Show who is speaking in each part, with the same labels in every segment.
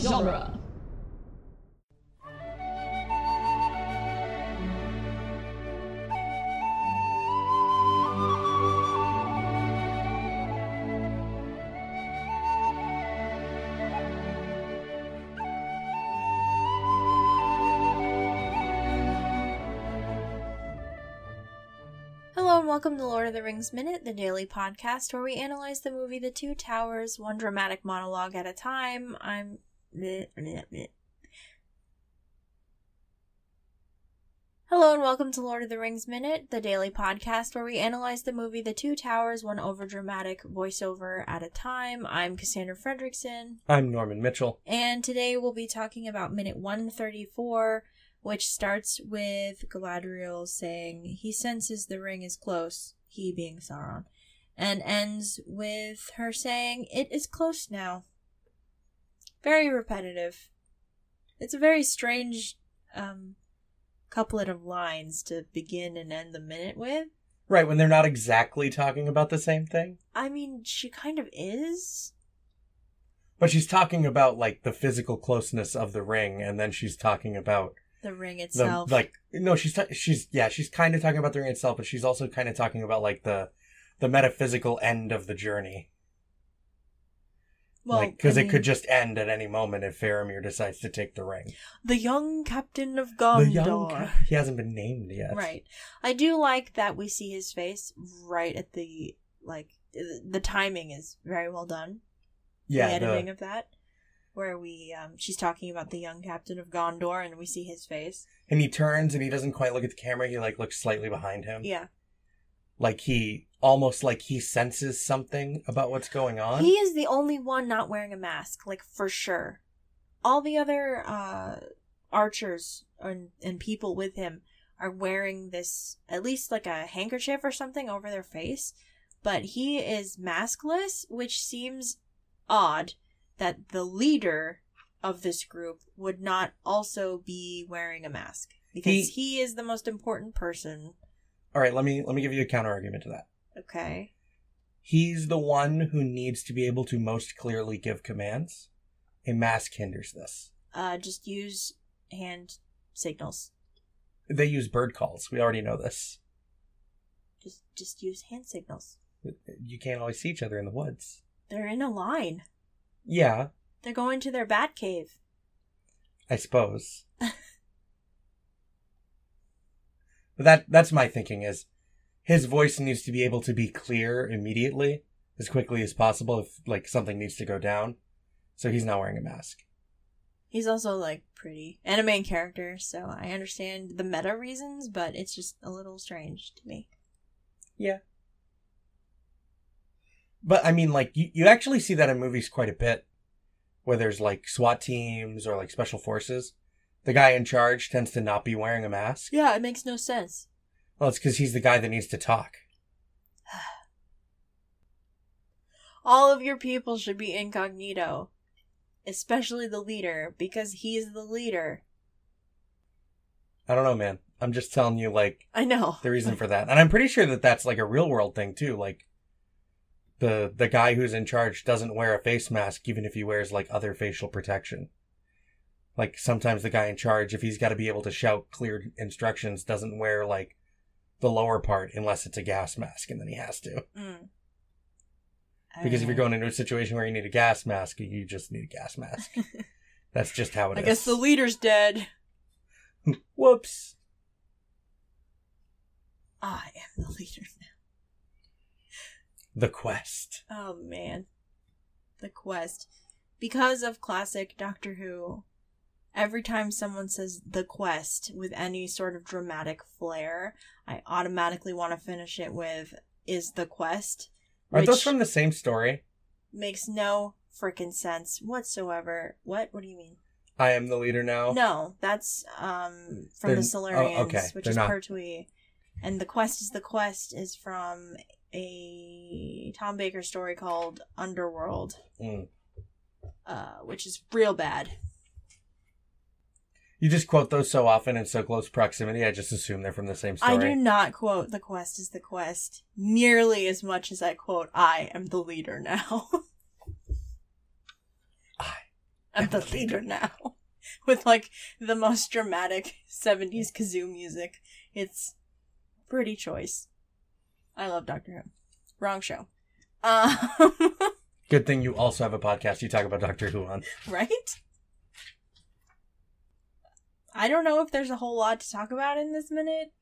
Speaker 1: genre.
Speaker 2: Hello and welcome to Lord of the Rings Minute, the daily podcast where we analyze the movie The Two Towers one dramatic monologue at a time. I'm. bleh, bleh, bleh. Hello and welcome to Lord of the Rings Minute, the daily podcast where we analyze the movie The Two Towers one overdramatic voiceover at a time. I'm Cassandra Fredrickson,
Speaker 3: I'm Norman Mitchell.
Speaker 2: and today we'll be talking about minute 134, which starts with Galadriel saying he senses the ring is close, he being Sauron, and ends with her saying it is close now. Very repetitive. It's a very strange um, couplet of lines to begin and end the minute with.
Speaker 3: Right, when they're not exactly talking about the same thing,
Speaker 2: I mean, she kind of is.
Speaker 3: but she's talking about like the physical closeness of the ring, and then she's talking about
Speaker 2: The ring
Speaker 3: the
Speaker 2: itself.
Speaker 3: like no, she's ta- she's yeah, she's kind of talking about the ring itself, but she's also kind of talking about like the the metaphysical end of the journey,
Speaker 2: well,
Speaker 3: like because
Speaker 2: I
Speaker 3: it could
Speaker 2: mean-
Speaker 3: just end at any moment if Faramir decides to take the ring.
Speaker 2: The young captain of Gondor.
Speaker 3: the young ca- he hasn't been named yet,
Speaker 2: Right. I do like that we see his face right at the like th- the timing is very well done.
Speaker 3: Yeah,
Speaker 2: The
Speaker 3: the-
Speaker 2: editing of that where we um she's talking about the young captain of Gondor and we see his face.
Speaker 3: and he turns and he doesn't quite look at the camera. He like looks slightly behind him,
Speaker 2: Yeah.
Speaker 3: like he almost like he senses something about what's going on.
Speaker 2: He is the only one not wearing a mask, like for sure. All the other uh archers and and people with him are wearing this at least like a handkerchief or something over their face, but he is maskless, which seems odd that the leader of this group would not also be wearing a mask because he is the most important person.
Speaker 3: All right, let me let me give you a counter argument to that.
Speaker 2: Okay.
Speaker 3: He's the one who needs to be able to most clearly give commands. A mask hinders this.
Speaker 2: Uh just use hand signals.
Speaker 3: They use bird calls. We already know this.
Speaker 2: Just just use hand signals.
Speaker 3: You can't always see each other in the woods.
Speaker 2: They're in a line.
Speaker 3: Yeah,
Speaker 2: They're going to their bat cave.
Speaker 3: I suppose. but that that's my thinking is his voice needs to be able to be clear immediately as quickly as possible if like something needs to go down. So he's not wearing a mask.
Speaker 2: He's also like pretty and a main character, so I understand the meta reasons, but it's just a little strange to me.
Speaker 3: But I mean, like you, you actually see that in movies quite a bit, where there's like SWAT teams or like special forces. The guy in charge tends to not be wearing a mask.
Speaker 2: Yeah, it makes no sense.
Speaker 3: Well, it's because he's the guy that needs to talk.
Speaker 2: All of your people should be incognito, especially the leader, because he's the leader.
Speaker 3: I don't know, man. I'm just telling you, like
Speaker 2: I know.
Speaker 3: the reason for that, and I'm pretty sure that that's like a real world thing too. Like the the guy who's in charge doesn't wear a face mask, even if he wears like other facial protection. Like sometimes the guy in charge, if he's got to be able to shout clear instructions, doesn't wear like the lower part unless it's a gas mask, and then he has to.
Speaker 2: Mm. I
Speaker 3: Because if
Speaker 2: don't
Speaker 3: you're going into a situation where you need a gas mask, you just need a gas mask. That's just how
Speaker 2: know.
Speaker 3: it
Speaker 2: I
Speaker 3: is.
Speaker 2: guess the leader's dead.
Speaker 3: Whoops.
Speaker 2: I am the leader.
Speaker 3: The quest.
Speaker 2: Oh man. The quest. Because of classic Doctor Who, every time someone says the quest with any sort of dramatic flair, I automatically want to finish it with is the quest.
Speaker 3: Aren't
Speaker 2: which
Speaker 3: those from the same story?
Speaker 2: makes no freaking sense whatsoever. What? What do you mean?
Speaker 3: I am the leader now.
Speaker 2: No, that's um from
Speaker 3: Oh. They're-
Speaker 2: the
Speaker 3: oh,
Speaker 2: Solarians,
Speaker 3: okay,
Speaker 2: which
Speaker 3: they're
Speaker 2: is
Speaker 3: not-
Speaker 2: Pertwee. And the quest is the quest is from a Tom Baker story called Underworld.
Speaker 3: Mm.
Speaker 2: uh, which is real bad.
Speaker 3: You just quote those so often in so close proximity, I just assume they're from the same
Speaker 2: I do
Speaker 3: story.
Speaker 2: not quote "The quest is the quest" nearly as much as I quote "I am the leader now."
Speaker 3: I
Speaker 2: I'm the leader now. With like the most dramatic 70s kazoo music. It's pretty choice. I love Doctor Who. Wrong show. Um,
Speaker 3: Good thing you also have a podcast you talk about Doctor Who on.
Speaker 2: right? I don't know if there's a whole lot to talk about in this minute.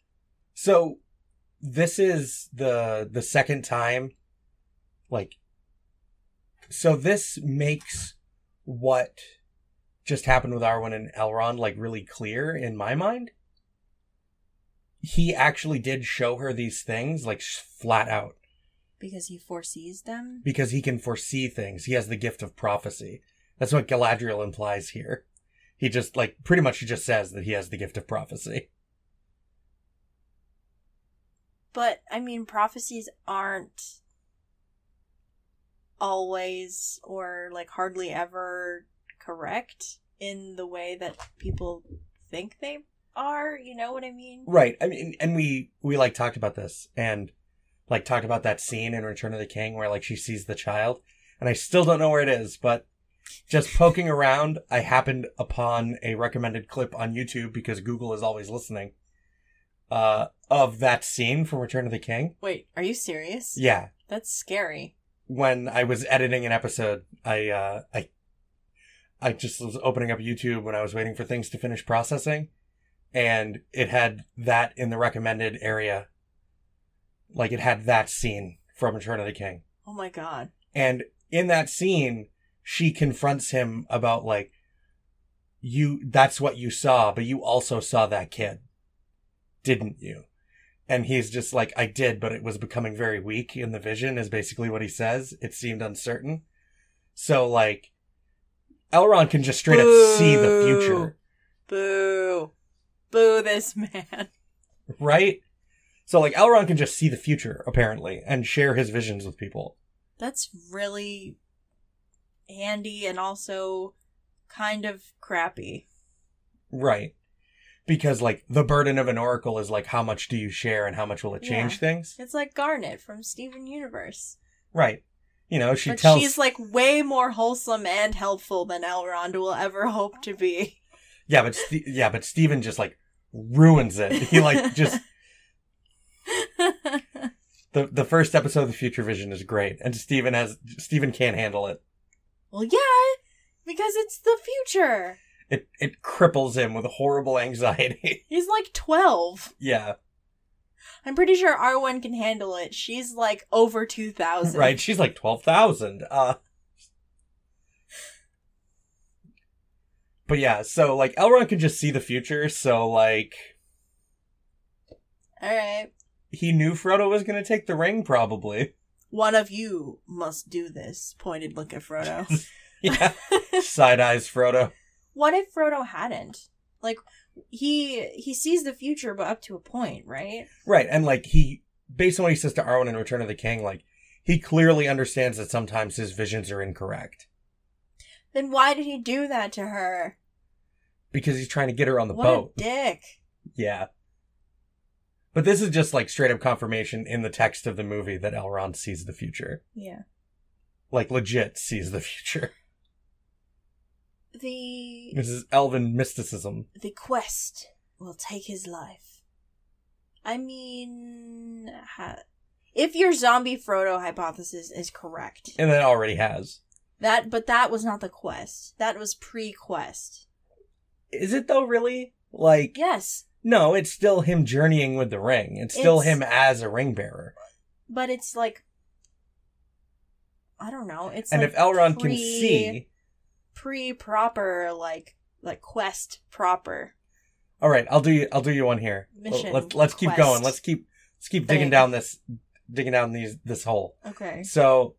Speaker 3: So this is the the second time like so this makes what just happened with Arwen and Elrond like really clear in my mind. He actually did show her these things like sh- flat out
Speaker 2: Because he foresees them.
Speaker 3: because he can foresee things. He has the gift of prophecy. That's what Galadriel implies here. He just like pretty much he just says that he has the gift of prophecy.
Speaker 2: But I mean, prophecies aren't always or like hardly ever correct in the way that people think they are. You know what I mean?
Speaker 3: Right. I mean, and we we like talked about this and like talked about that scene in Return of the King where like she sees the child, and I still don't know where it is, but just poking around, I happened upon a recommended clip on YouTube because Google is always listening. Uh, of that scene from Return of the King.
Speaker 2: Wait, are you serious?
Speaker 3: Yeah,
Speaker 2: That's scary.
Speaker 3: when I was editing an episode, I uh, I I just was opening up YouTube when I was waiting for things to finish processing, and it had that in the recommended area. Like it had that scene from Return of the King,
Speaker 2: Oh my god.
Speaker 3: and in that scene, she confronts him about like you that's what you saw, but you also saw that kid, didn't you? And he's just like, I did, but it was becoming very weak in the vision, is basically what he says. It seemed uncertain. So, like, Elrond can just straight up see the future,
Speaker 2: Boo. Boo this man.
Speaker 3: right? So, like, Elrond can just see the future, apparently, and share his visions with people.
Speaker 2: That's really handy and also kind of crappy.
Speaker 3: Right. Because, like, the burden of an oracle is, like, how much do you share and how much will it change
Speaker 2: Yeah.
Speaker 3: things?
Speaker 2: It's like Garnet from Steven Universe.
Speaker 3: Right. You know, she
Speaker 2: but
Speaker 3: tells.
Speaker 2: she's like way more wholesome and helpful than Elrond will ever hope to be.
Speaker 3: yeah, but Ste yeah, but Steven just, like, ruins it. He, like, just the the first episode of the Future Vision is great, and Steven has Steven can't handle it.
Speaker 2: well, yeah, because it's the future.
Speaker 3: It it cripples him with horrible anxiety.
Speaker 2: He's like 12.
Speaker 3: yeah,
Speaker 2: I'm pretty sure Arwen can handle it. She's like over 2,000.
Speaker 3: right. She's like twelve thousand. Uh, but yeah, so like Elrond can just see the future, so like
Speaker 2: All right.
Speaker 3: he knew Frodo was gonna take the ring, probably.
Speaker 2: One of you must do this, pointed look at Frodo.
Speaker 3: Yeah, side eyes Frodo.
Speaker 2: what if Frodo hadn't? Like he he sees the future but up to a point, right?
Speaker 3: Right, and like he, based on what he says to Arwen in Return of the King, like he clearly understands that sometimes his visions are incorrect.
Speaker 2: Then why did he do that to her?
Speaker 3: because he's trying to get her on the
Speaker 2: what
Speaker 3: boat.
Speaker 2: a dick.
Speaker 3: Yeah. But this is just like straight up confirmation in the text of the movie that Elrond sees the future.
Speaker 2: Yeah.
Speaker 3: Like legit sees the future.
Speaker 2: The
Speaker 3: This is elven mysticism.
Speaker 2: the quest will take his life. I mean, ha- if your zombie Frodo hypothesis is correct,
Speaker 3: And it already has.
Speaker 2: that but that was not the quest. That was pre-quest.
Speaker 3: Is it though really? Like
Speaker 2: Yes,
Speaker 3: no, it's still him journeying with the ring. It's still
Speaker 2: It's-
Speaker 3: him as a ring bearer.
Speaker 2: but it's like I don't know. It's
Speaker 3: And
Speaker 2: like
Speaker 3: if Elrond can
Speaker 2: pre-
Speaker 3: see
Speaker 2: pre proper like like quest proper.
Speaker 3: All right, I'll do you I'll do you one here.
Speaker 2: Mission,
Speaker 3: let's let's keep
Speaker 2: quest.
Speaker 3: going. Let's keep let's keep digging
Speaker 2: Thing.
Speaker 3: down this digging down these this hole.
Speaker 2: Okay.
Speaker 3: So,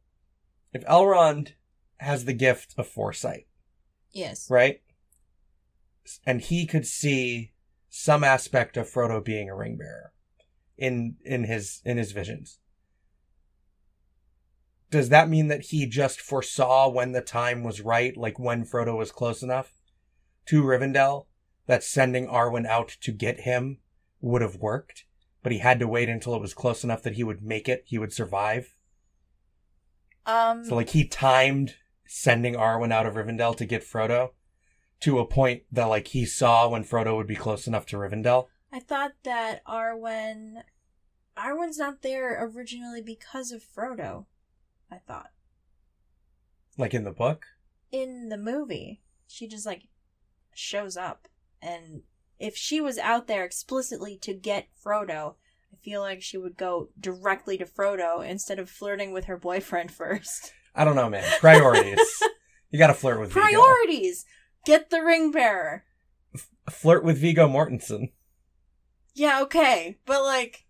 Speaker 3: if Elrond has the gift of foresight,
Speaker 2: Yes.
Speaker 3: right? And he could see some aspect of Frodo being a ring bearer in in his in his visions. Does that mean that he just foresaw when the time was right, like when Frodo was close enough to Rivendell, that sending Arwen out to get him would have worked, but he had to wait until it was close enough that he would make it, he would survive?
Speaker 2: Um
Speaker 3: So like he timed sending Arwen out of Rivendell to get Frodo to a point that like he saw when Frodo would be close enough to Rivendell.
Speaker 2: I thought that Arwen. Arwen's not there originally because of Frodo, I thought.
Speaker 3: Like in the book?
Speaker 2: In the movie, she just like shows up. And if she was out there explicitly to get Frodo, I feel like she would go directly to Frodo instead of flirting with her boyfriend first.
Speaker 3: I don't know, man. Priorities. you gotta flirt with Vigo.
Speaker 2: Priorities! Get the ring bearer.
Speaker 3: Flirt with Vigo Mortensen.
Speaker 2: Yeah, okay. But like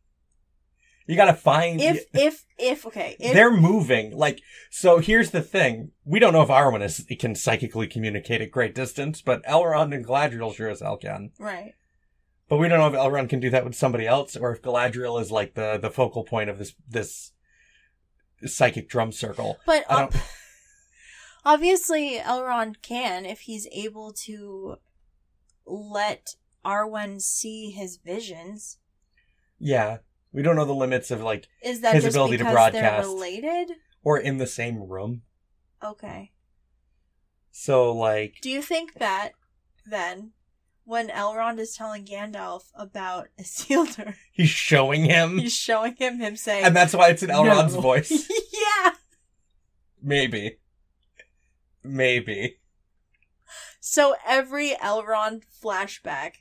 Speaker 3: You gotta find
Speaker 2: if if if okay, if
Speaker 3: they're moving. Like so here's the thing. We don't know if Arwen is can psychically communicate at great distance, but Elrond and Galadriel sure as hell can.
Speaker 2: right.
Speaker 3: But we don't know if Elrond can do that with somebody else or if Galadriel is like the, the focal point of this this psychic drum circle.
Speaker 2: But
Speaker 3: I don't-
Speaker 2: ob- obviously, Elrond can if he's able to let Arwen see his visions.
Speaker 3: Yeah. We don't know the limits of like
Speaker 2: Is that
Speaker 3: His
Speaker 2: just
Speaker 3: ability to
Speaker 2: because
Speaker 3: broadcast.
Speaker 2: they're related?
Speaker 3: or in the same room.
Speaker 2: Okay.
Speaker 3: So like
Speaker 2: Do you think that then, when Elrond is telling Gandalf about Isildur,
Speaker 3: he's showing him
Speaker 2: he's showing him him saying,
Speaker 3: and that's why it's in Elrond's
Speaker 2: No.
Speaker 3: voice.
Speaker 2: "Yeah."
Speaker 3: Maybe. Maybe.
Speaker 2: So every Elrond flashback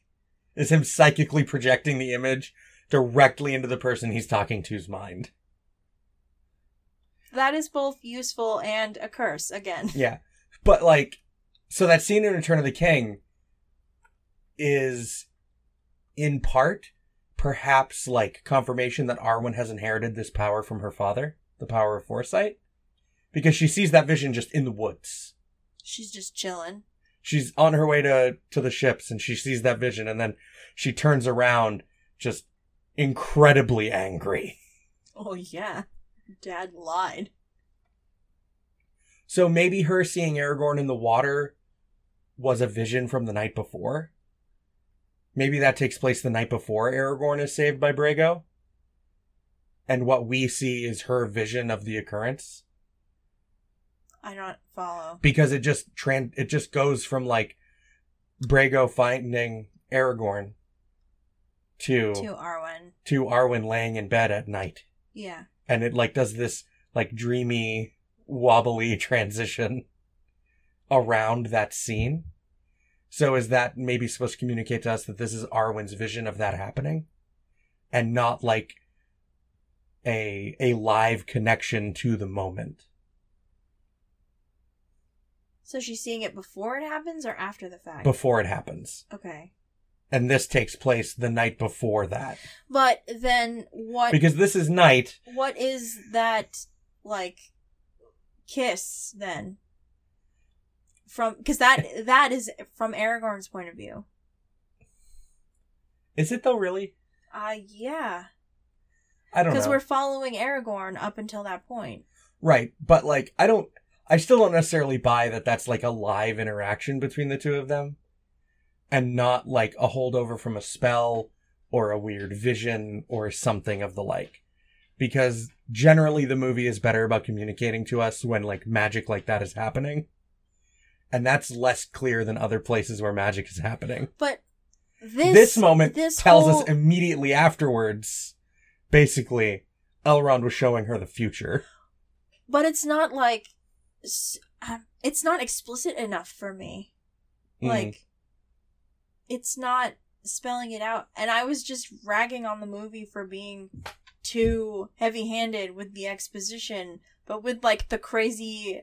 Speaker 3: Is him psychically projecting the image directly into the person he's talking to's mind.
Speaker 2: that is both useful and a curse again.
Speaker 3: Yeah. But like so that scene in Return of the King is in part perhaps like confirmation that Arwen has inherited this power from her father, the power of foresight. Because she sees that vision just in the woods.
Speaker 2: She's just chilling.
Speaker 3: she's on her way to to the ships and she sees that vision and then she turns around just incredibly angry
Speaker 2: Oh yeah, Dad lied.
Speaker 3: so maybe her seeing aragorn in the water was a vision from the night before maybe that takes place the night before aragorn is saved by brago and what we see is her vision of the occurrence
Speaker 2: I don't follow.
Speaker 3: because it just tran it just goes from like brago finding aragorn to
Speaker 2: To Arwen.
Speaker 3: to Arwen laying in bed at night.
Speaker 2: Yeah.
Speaker 3: And it like does this like dreamy, wobbly transition around that scene. So is that maybe supposed to communicate to us that this is Arwen's vision of that happening? And not like a a live connection to the moment.
Speaker 2: So she's seeing it before it happens or after the fact?
Speaker 3: Before it happens.
Speaker 2: okay.
Speaker 3: And this takes place the night before that.
Speaker 2: But then what
Speaker 3: Because this is night
Speaker 2: what is that like kiss then? From cuz that that is from Aragorn's point of view.
Speaker 3: is it though really?
Speaker 2: Uh yeah,
Speaker 3: I don't know.
Speaker 2: cuz we're following Aragorn up until that point.
Speaker 3: Right, but like I don't I still don't necessarily buy that that's like a live interaction between the two of them and not like a holdover from a spell or a weird vision or something of the like. Because generally the movie is better about communicating to us when like magic like that is happening. And that's less clear than other places where magic is happening.
Speaker 2: But this
Speaker 3: This, moment
Speaker 2: this
Speaker 3: tells
Speaker 2: whole-
Speaker 3: us immediately afterwards basically Elrond was showing her the future.
Speaker 2: but it's not like s- um, it's not explicit enough for me
Speaker 3: Mm.
Speaker 2: like it's not spelling it out and i was just ragging on the movie for being too heavy-handed with the exposition but with like the crazy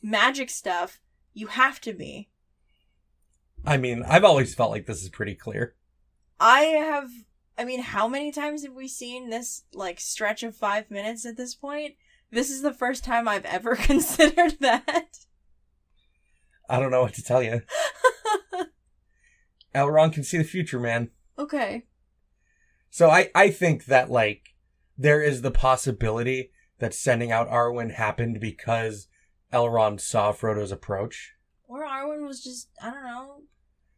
Speaker 2: magic stuff you have to be
Speaker 3: I mean, I've always felt like this is pretty clear.
Speaker 2: i have i mean how many times have we seen this like stretch of 5 minutes at this point this is the first time i've ever considered that
Speaker 3: I don't know what to tell you. Elrond can see the future, man.
Speaker 2: okay
Speaker 3: So I, I think that like there is the possibility that sending out Arwen happened because Elrond saw Frodo's approach.
Speaker 2: or arwen was just i don't know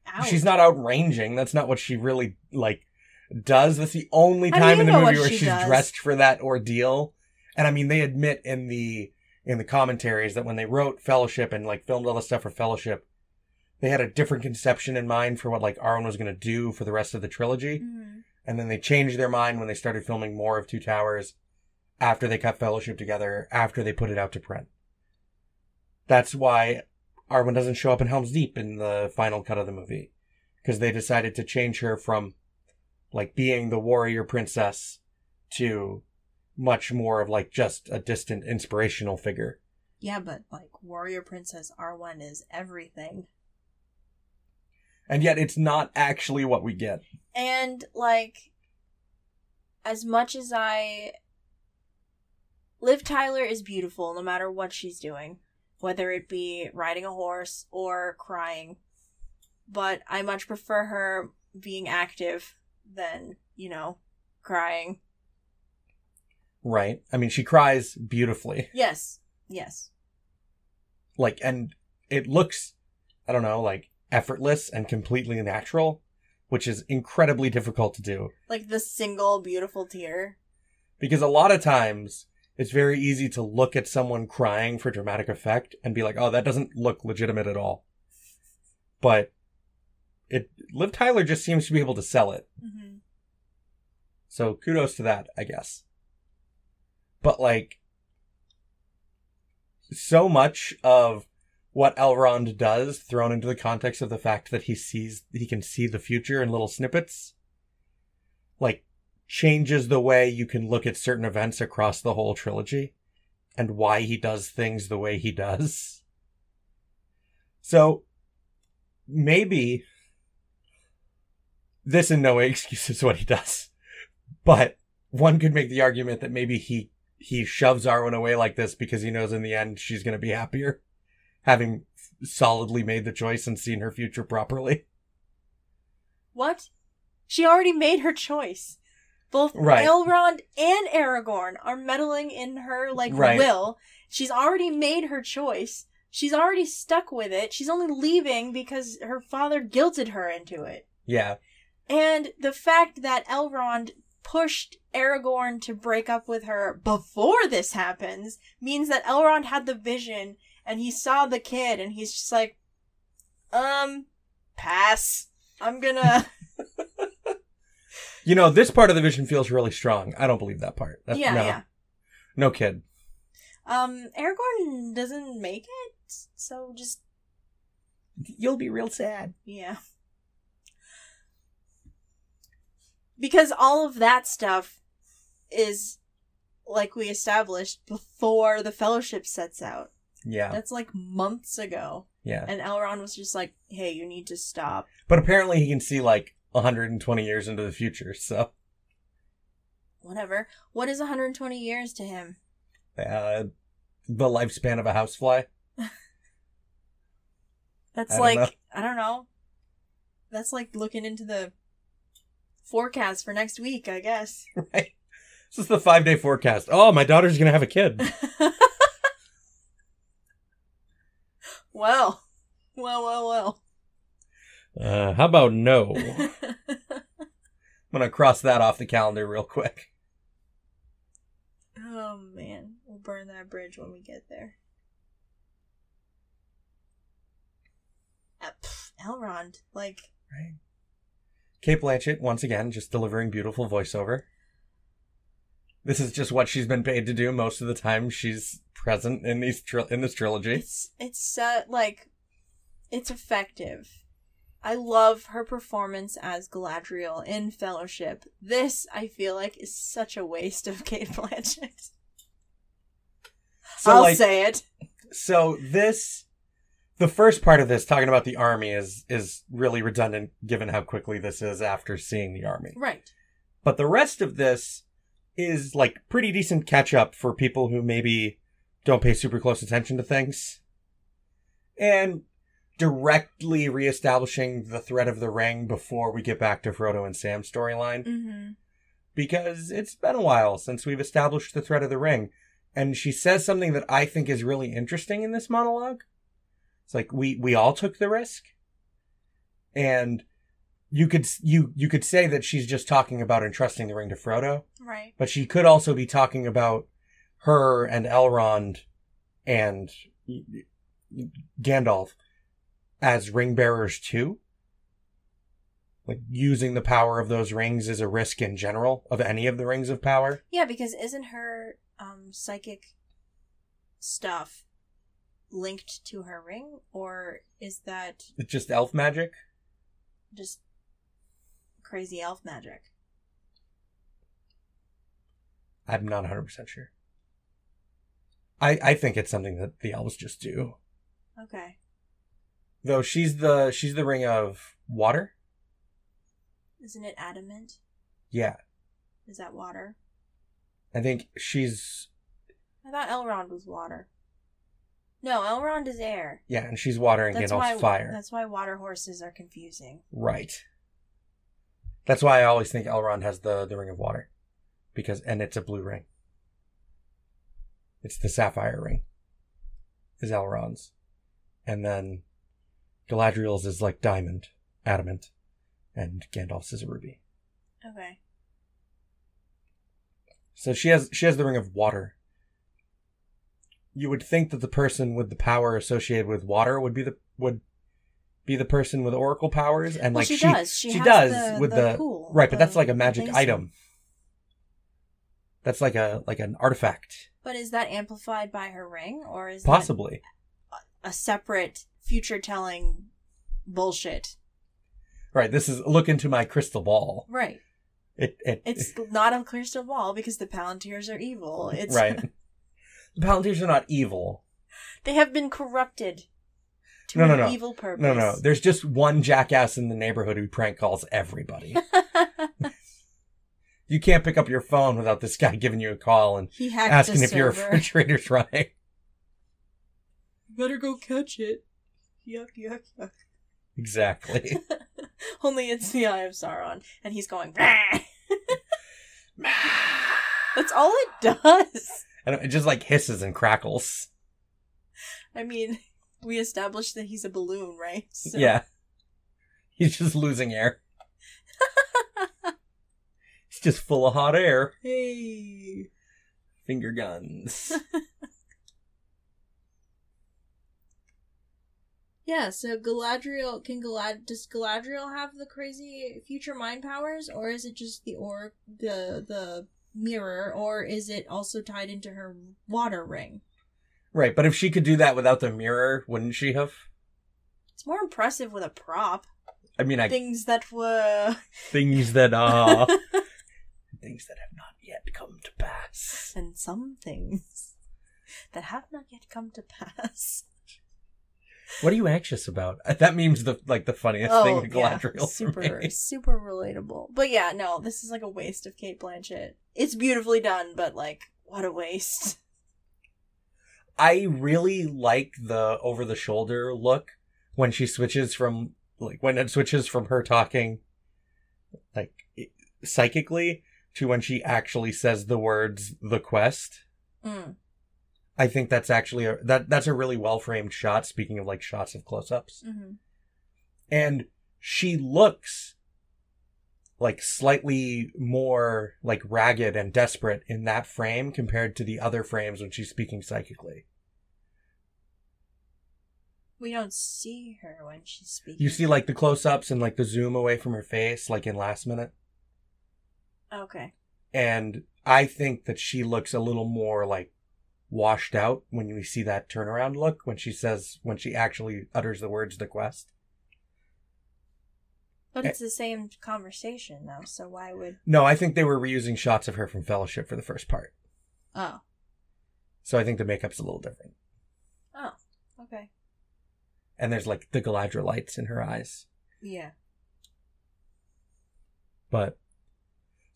Speaker 2: out.
Speaker 3: She's not outranging. That's not what she really like does. That's the only
Speaker 2: How do
Speaker 3: time
Speaker 2: you
Speaker 3: in the
Speaker 2: know what
Speaker 3: movie where
Speaker 2: she
Speaker 3: she's
Speaker 2: does?
Speaker 3: dressed for that ordeal. And I mean, they admit in the in the commentaries that when they wrote Fellowship and like filmed all the stuff for Fellowship, they had a different conception in mind for what like Arwen was going to do for the rest of the trilogy.
Speaker 2: Mhm.
Speaker 3: And then they changed their mind when they started filming more of Two Towers after they cut Fellowship together, after they put it out to print. That's why Arwen doesn't show up in Helm's Deep in the final cut of the movie. Because they decided to change her from like being the warrior princess to much more of like just a distant inspirational figure.
Speaker 2: Yeah, but like Warrior Princess R1 is everything.
Speaker 3: And yet it's not actually what we get.
Speaker 2: And like as much as I Liv Tyler is beautiful no matter what she's doing, whether it be riding a horse or crying. But I much prefer her being active than, you know, crying.
Speaker 3: Right. I mean, she cries beautifully.
Speaker 2: Yes. Yes.
Speaker 3: Like, and it looks, I don't know, like effortless and completely natural, which is incredibly difficult to do
Speaker 2: Like the single beautiful tear.
Speaker 3: because a lot of times it's very easy to look at someone crying for dramatic effect and be like, oh, that doesn't look legitimate at all. But it, Liv Tyler just seems to be able to sell it.
Speaker 2: Mm-hmm.
Speaker 3: So kudos to that, I guess. But like, so much of what Elrond does, thrown into the context of the fact that he sees, he can see the future in little snippets, like, changes the way you can look at certain events across the whole trilogy and why he does things the way he does. So, maybe this in no way excuses what he does but one could make the argument that maybe he he shoves Arwen away like this because he knows in the end she's going to be happier having solidly made the choice and seen her future properly.
Speaker 2: What? She already made her choice. Both
Speaker 3: Right.
Speaker 2: Elrond and Aragorn are meddling in her like
Speaker 3: Right.
Speaker 2: will. She's already made her choice. She's already stuck with it. She's only leaving because her father guilted her into it.
Speaker 3: Yeah.
Speaker 2: And the fact that Elrond pushed Aragorn to break up with her before this happens means that Elrond had the vision and he saw the kid and he's just like, um, pass. I'm gonna.
Speaker 3: You know, this part of the vision feels really strong. I don't believe that part. That-
Speaker 2: yeah,
Speaker 3: no,
Speaker 2: yeah.
Speaker 3: No kid.
Speaker 2: Um, Aragorn doesn't make it, so just
Speaker 3: You'll be real sad.
Speaker 2: yeah. Because all of that stuff is like we established before the fellowship sets out.
Speaker 3: Yeah.
Speaker 2: That's like months ago.
Speaker 3: Yeah.
Speaker 2: And Elrond was just like, "Hey, you need to stop."
Speaker 3: But apparently he can see like 120 years into the future. So,
Speaker 2: Whatever. What is 120 years to him?
Speaker 3: uh, the lifespan of a housefly.
Speaker 2: That's
Speaker 3: I don't
Speaker 2: like
Speaker 3: know.
Speaker 2: I don't know. That's like looking into the forecast for next week, I guess.
Speaker 3: Right. This is the five day forecast. Oh, my daughter's going to have a kid.
Speaker 2: Well, well, well, well.
Speaker 3: Uh, how about no? I'm gonna cross that off the calendar real quick.
Speaker 2: oh man, we'll burn that bridge when we get there. Uh, pff, Elrond, like
Speaker 3: Right. Kate Blanchett once again just delivering beautiful voiceover. This is just what she's been paid to do most of the time she's present in these tri- in this trilogy.
Speaker 2: it's it's uh, like it's effective. I love her performance as Galadriel in Fellowship. This I feel like is such a waste of Kate Blanchett.
Speaker 3: So
Speaker 2: I'll
Speaker 3: like
Speaker 2: say it.
Speaker 3: so this the first part of this talking about the army is is really redundant given how quickly this is after seeing the army.
Speaker 2: Right.
Speaker 3: But the rest of this is like pretty decent catch up for people who maybe don't pay super close attention to things. And directly reestablishing the threat of the ring before we get back to Frodo and Sam's storyline.
Speaker 2: Mm-hmm.
Speaker 3: Because it's been a while since we've established the threat of the ring. And she says something that I think is really interesting in this monologue. It's like we we all took the risk, and you could s- you you could say that she's just talking about entrusting the ring to Frodo,
Speaker 2: Right.
Speaker 3: but she could also be talking about her and Elrond and Gandalf as ring bearers too. Like using the power of those rings is a risk in general of any of the rings of power.
Speaker 2: Yeah, because isn't her um psychic stuff linked to her ring or is that
Speaker 3: It's just elf magic.
Speaker 2: just crazy elf magic?
Speaker 3: I'm not 100% sure. I I think it's something that the elves just do.
Speaker 2: Okay.
Speaker 3: Though she's the she's the ring of water.
Speaker 2: Isn't it adamant?
Speaker 3: Yeah.
Speaker 2: Is that water?
Speaker 3: I think she's
Speaker 2: I thought Elrond was water. No, Elrond is air.
Speaker 3: yeah, and she's water and Gandalf's fire.
Speaker 2: That's why water horses are confusing.
Speaker 3: Right. That's why I always think Elrond has the, the Ring of Water. Because and it's a blue ring. It's the sapphire ring. Is Elrond's. And then Galadriel's is like diamond, adamant, and Gandalf's is a ruby.
Speaker 2: Okay.
Speaker 3: So she has she has the ring of water. You would think that the person with the power associated with water would be the would be the person with oracle powers and
Speaker 2: well,
Speaker 3: like
Speaker 2: she, does. She,
Speaker 3: she
Speaker 2: has
Speaker 3: does
Speaker 2: the,
Speaker 3: with
Speaker 2: the,
Speaker 3: the-
Speaker 2: pool,
Speaker 3: Right, but
Speaker 2: the
Speaker 3: that's like a magic
Speaker 2: basin.
Speaker 3: item. That's like a like an artifact,
Speaker 2: But is that amplified by her ring, or is
Speaker 3: possibly.
Speaker 2: that a separate future telling bullshit?
Speaker 3: Right. This is look into my crystal ball.
Speaker 2: Right.
Speaker 3: It it
Speaker 2: It's not a crystal ball because the Palantirs are evil. It's
Speaker 3: right. the Palantirs are not evil.
Speaker 2: They have been corrupted to
Speaker 3: No,
Speaker 2: an
Speaker 3: no, no.
Speaker 2: evil purpose.
Speaker 3: No, no. There's just one jackass in the neighborhood who prank calls everybody. you can't pick up your phone without this guy giving you a call and
Speaker 2: he hacked
Speaker 3: asking
Speaker 2: the
Speaker 3: if your
Speaker 2: server.
Speaker 3: refrigerator's running.
Speaker 2: Better go catch it. Yuck, yuck, yuck.
Speaker 3: Exactly.
Speaker 2: Only it's the Eye of Sauron, and he's going. "Rah!" That's all it does.
Speaker 3: and it just like hisses and crackles.
Speaker 2: I mean, we established that he's a balloon, right? So,
Speaker 3: Yeah. He's just losing air. He's just full of hot air.
Speaker 2: Hey.
Speaker 3: Finger guns.
Speaker 2: Yeah. So Galadriel can Galad does Galadriel have the crazy future mind powers, or is it just the or the the mirror, or is it also tied into her water ring?
Speaker 3: right, but if she could do that without the mirror, wouldn't she have?
Speaker 2: It's more impressive with a prop.
Speaker 3: I mean, I
Speaker 2: Things that were
Speaker 3: things that are things that have not yet come to pass.
Speaker 2: and some things that have not yet come to pass.
Speaker 3: What are you anxious about? Uh, That meme's the like the funniest thing that Galadriel
Speaker 2: Oh, yeah, super
Speaker 3: yeah,
Speaker 2: super relatable. But yeah, no, this is like a waste of Kate Blanchett. It's beautifully done, but like what a waste.
Speaker 3: I really like the over the shoulder look when she switches from like when it switches from her talking like psychically to when she actually says the words the quest.
Speaker 2: Mm.
Speaker 3: I think that's actually a that that's a really well framed shot speaking of like shots of close ups.
Speaker 2: Mm-hmm.
Speaker 3: And she looks like slightly more like ragged and desperate in that frame compared to the other frames when she's speaking psychically.
Speaker 2: We don't see her when she's speaking.
Speaker 3: You see like the close ups and like the zoom away from her face, like in last minute.
Speaker 2: okay,
Speaker 3: And I think that she looks a little more like washed out when we see that turnaround look when she says when she actually utters the words the quest. Eh.
Speaker 2: but it's the same conversation though. So why would
Speaker 3: No, I think they were reusing shots of her from Fellowship for the first part.
Speaker 2: oh
Speaker 3: So I think the makeup's a little different.
Speaker 2: oh okay
Speaker 3: And there's like the Galadriel lights in her eyes.
Speaker 2: yeah
Speaker 3: But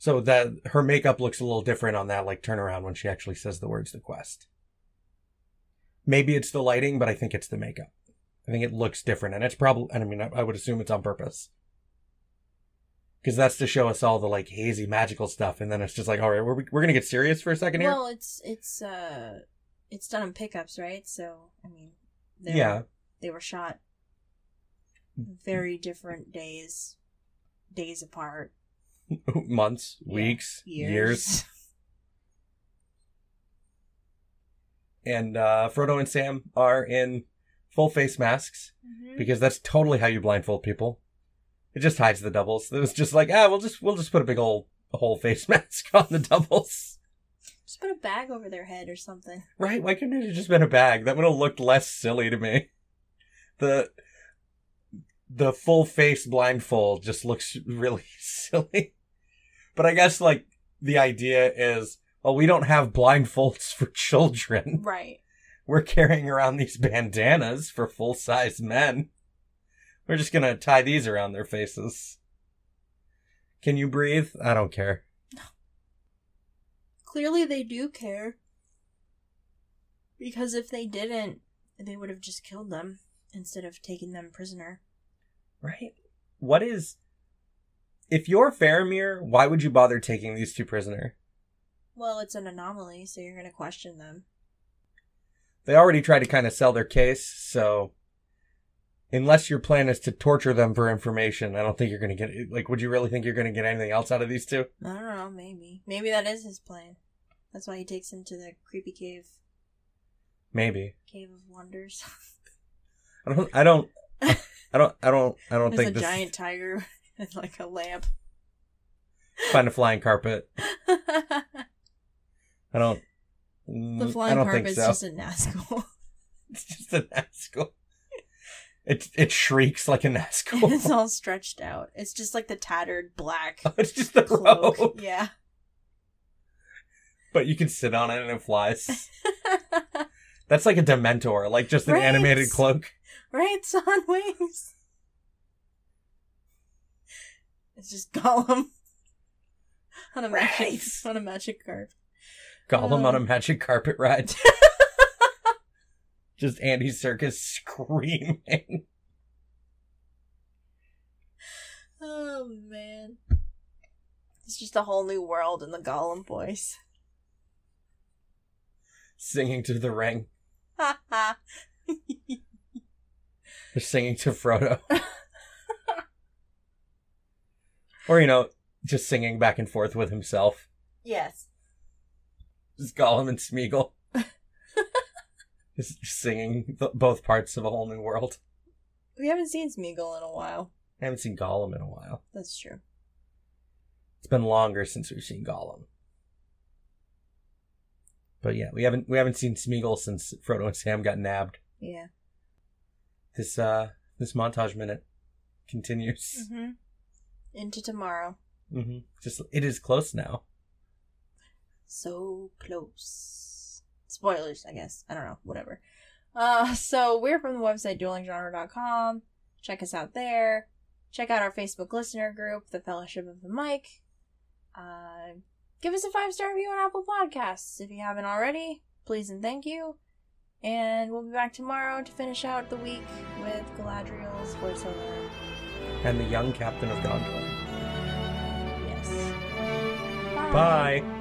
Speaker 3: so that her makeup looks a little different on that like turnaround when she actually says the words the quest. Maybe it's the lighting, but I think it's the makeup. I think it looks different, and it's probably. I mean, I, I would assume it's on purpose because that's to show us all the like hazy magical stuff, and then it's just like, all right, we're we're gonna get serious for a second here.
Speaker 2: well it's it's uh it's done in pickups right so I mean they
Speaker 3: yeah,
Speaker 2: were, they were shot very different days days apart
Speaker 3: months,
Speaker 2: Yeah.
Speaker 3: weeks, years.
Speaker 2: years.
Speaker 3: and uh, Frodo and Sam are in full face masks
Speaker 2: Mhm.
Speaker 3: because that's totally how you blindfold people. It just hides the doubles. It was just like, ah, we'll just we'll just put a big old whole face mask on the doubles,
Speaker 2: Just put a bag over their head or something.
Speaker 3: right? Why couldn't it have just been a bag? That would have looked less silly to me. The the full face blindfold just looks really silly. But I guess like the idea is, well, we don't have blindfolds for children.
Speaker 2: Right.
Speaker 3: we're carrying around these bandanas for full size men. We're just gonna tie these around their faces. Can you breathe? I don't care.
Speaker 2: Clearly, they do care. Because if they didn't, they would have just killed them instead of taking them prisoner.
Speaker 3: Right? What is. If you're Faramir, why would you bother taking these two prisoner?
Speaker 2: Well, it's an anomaly, so you're going to question them.
Speaker 3: They already tried to kind of sell their case, so. Unless your plan is to torture them for information, I don't think you're gonna get. Like, would you really think you're gonna get anything else out of these two?
Speaker 2: I don't know, maybe. Maybe that is his plan. That's why he takes him to the creepy cave,
Speaker 3: Maybe.
Speaker 2: Cave of Wonders.
Speaker 3: I don't. I don't. I don't. I don't. I don't
Speaker 2: There's
Speaker 3: think
Speaker 2: a
Speaker 3: this.
Speaker 2: giant tiger and like a lamp.
Speaker 3: Find a flying carpet.
Speaker 2: the
Speaker 3: I don't. The Mm, I
Speaker 2: flying
Speaker 3: don't
Speaker 2: carpet's
Speaker 3: think so.
Speaker 2: just a Nazgul.
Speaker 3: It's just a Nazgul. It it shrieks like a Nazgul.
Speaker 2: it's
Speaker 3: it's,
Speaker 2: all stretched out. It's just like the tattered black
Speaker 3: just the
Speaker 2: cloak.
Speaker 3: rope,
Speaker 2: Yeah.
Speaker 3: but you can sit on it and it flies. That's like a Dementor, like just an
Speaker 2: Right.
Speaker 3: animated cloak.
Speaker 2: right? It's on wings. It's just Gollum on a magic
Speaker 3: Right.
Speaker 2: on a magic carp.
Speaker 3: Gollum on a
Speaker 2: Um.
Speaker 3: magic carpet ride. just Andy Circus screaming.
Speaker 2: Oh man. It's just a whole new world in the Gollum voice.
Speaker 3: Singing to the ring.
Speaker 2: Ha ha.
Speaker 3: They're singing to Frodo. or, you know, just singing back and forth with himself.
Speaker 2: Yes.
Speaker 3: Just Gollum and Smeagol. just singing th- both parts of A Whole New World.
Speaker 2: We haven't seen Smeagol in a while.
Speaker 3: I haven't seen Gollum in a while.
Speaker 2: That's true.
Speaker 3: It's been longer since we've seen Gollum. But yeah, we haven't we haven't seen Smeagol since Frodo and Sam got nabbed.
Speaker 2: Yeah.
Speaker 3: This uh this montage minute continues.
Speaker 2: Mm-hmm. Into tomorrow.
Speaker 3: hmm Just it is close now.
Speaker 2: So close. Spoilers, I guess. I don't know. Whatever. Uh, so we're from the website duelinggenre.com. Check us out there. Check out our Facebook listener group, The Fellowship of the Mic. Uh, give us a five star review on Apple Podcasts if you haven't already. Please and thank you. And we'll be back tomorrow to finish out the week with Galadriel's voiceover.
Speaker 3: And the young captain of Gondor.
Speaker 2: Yes.
Speaker 3: Bye.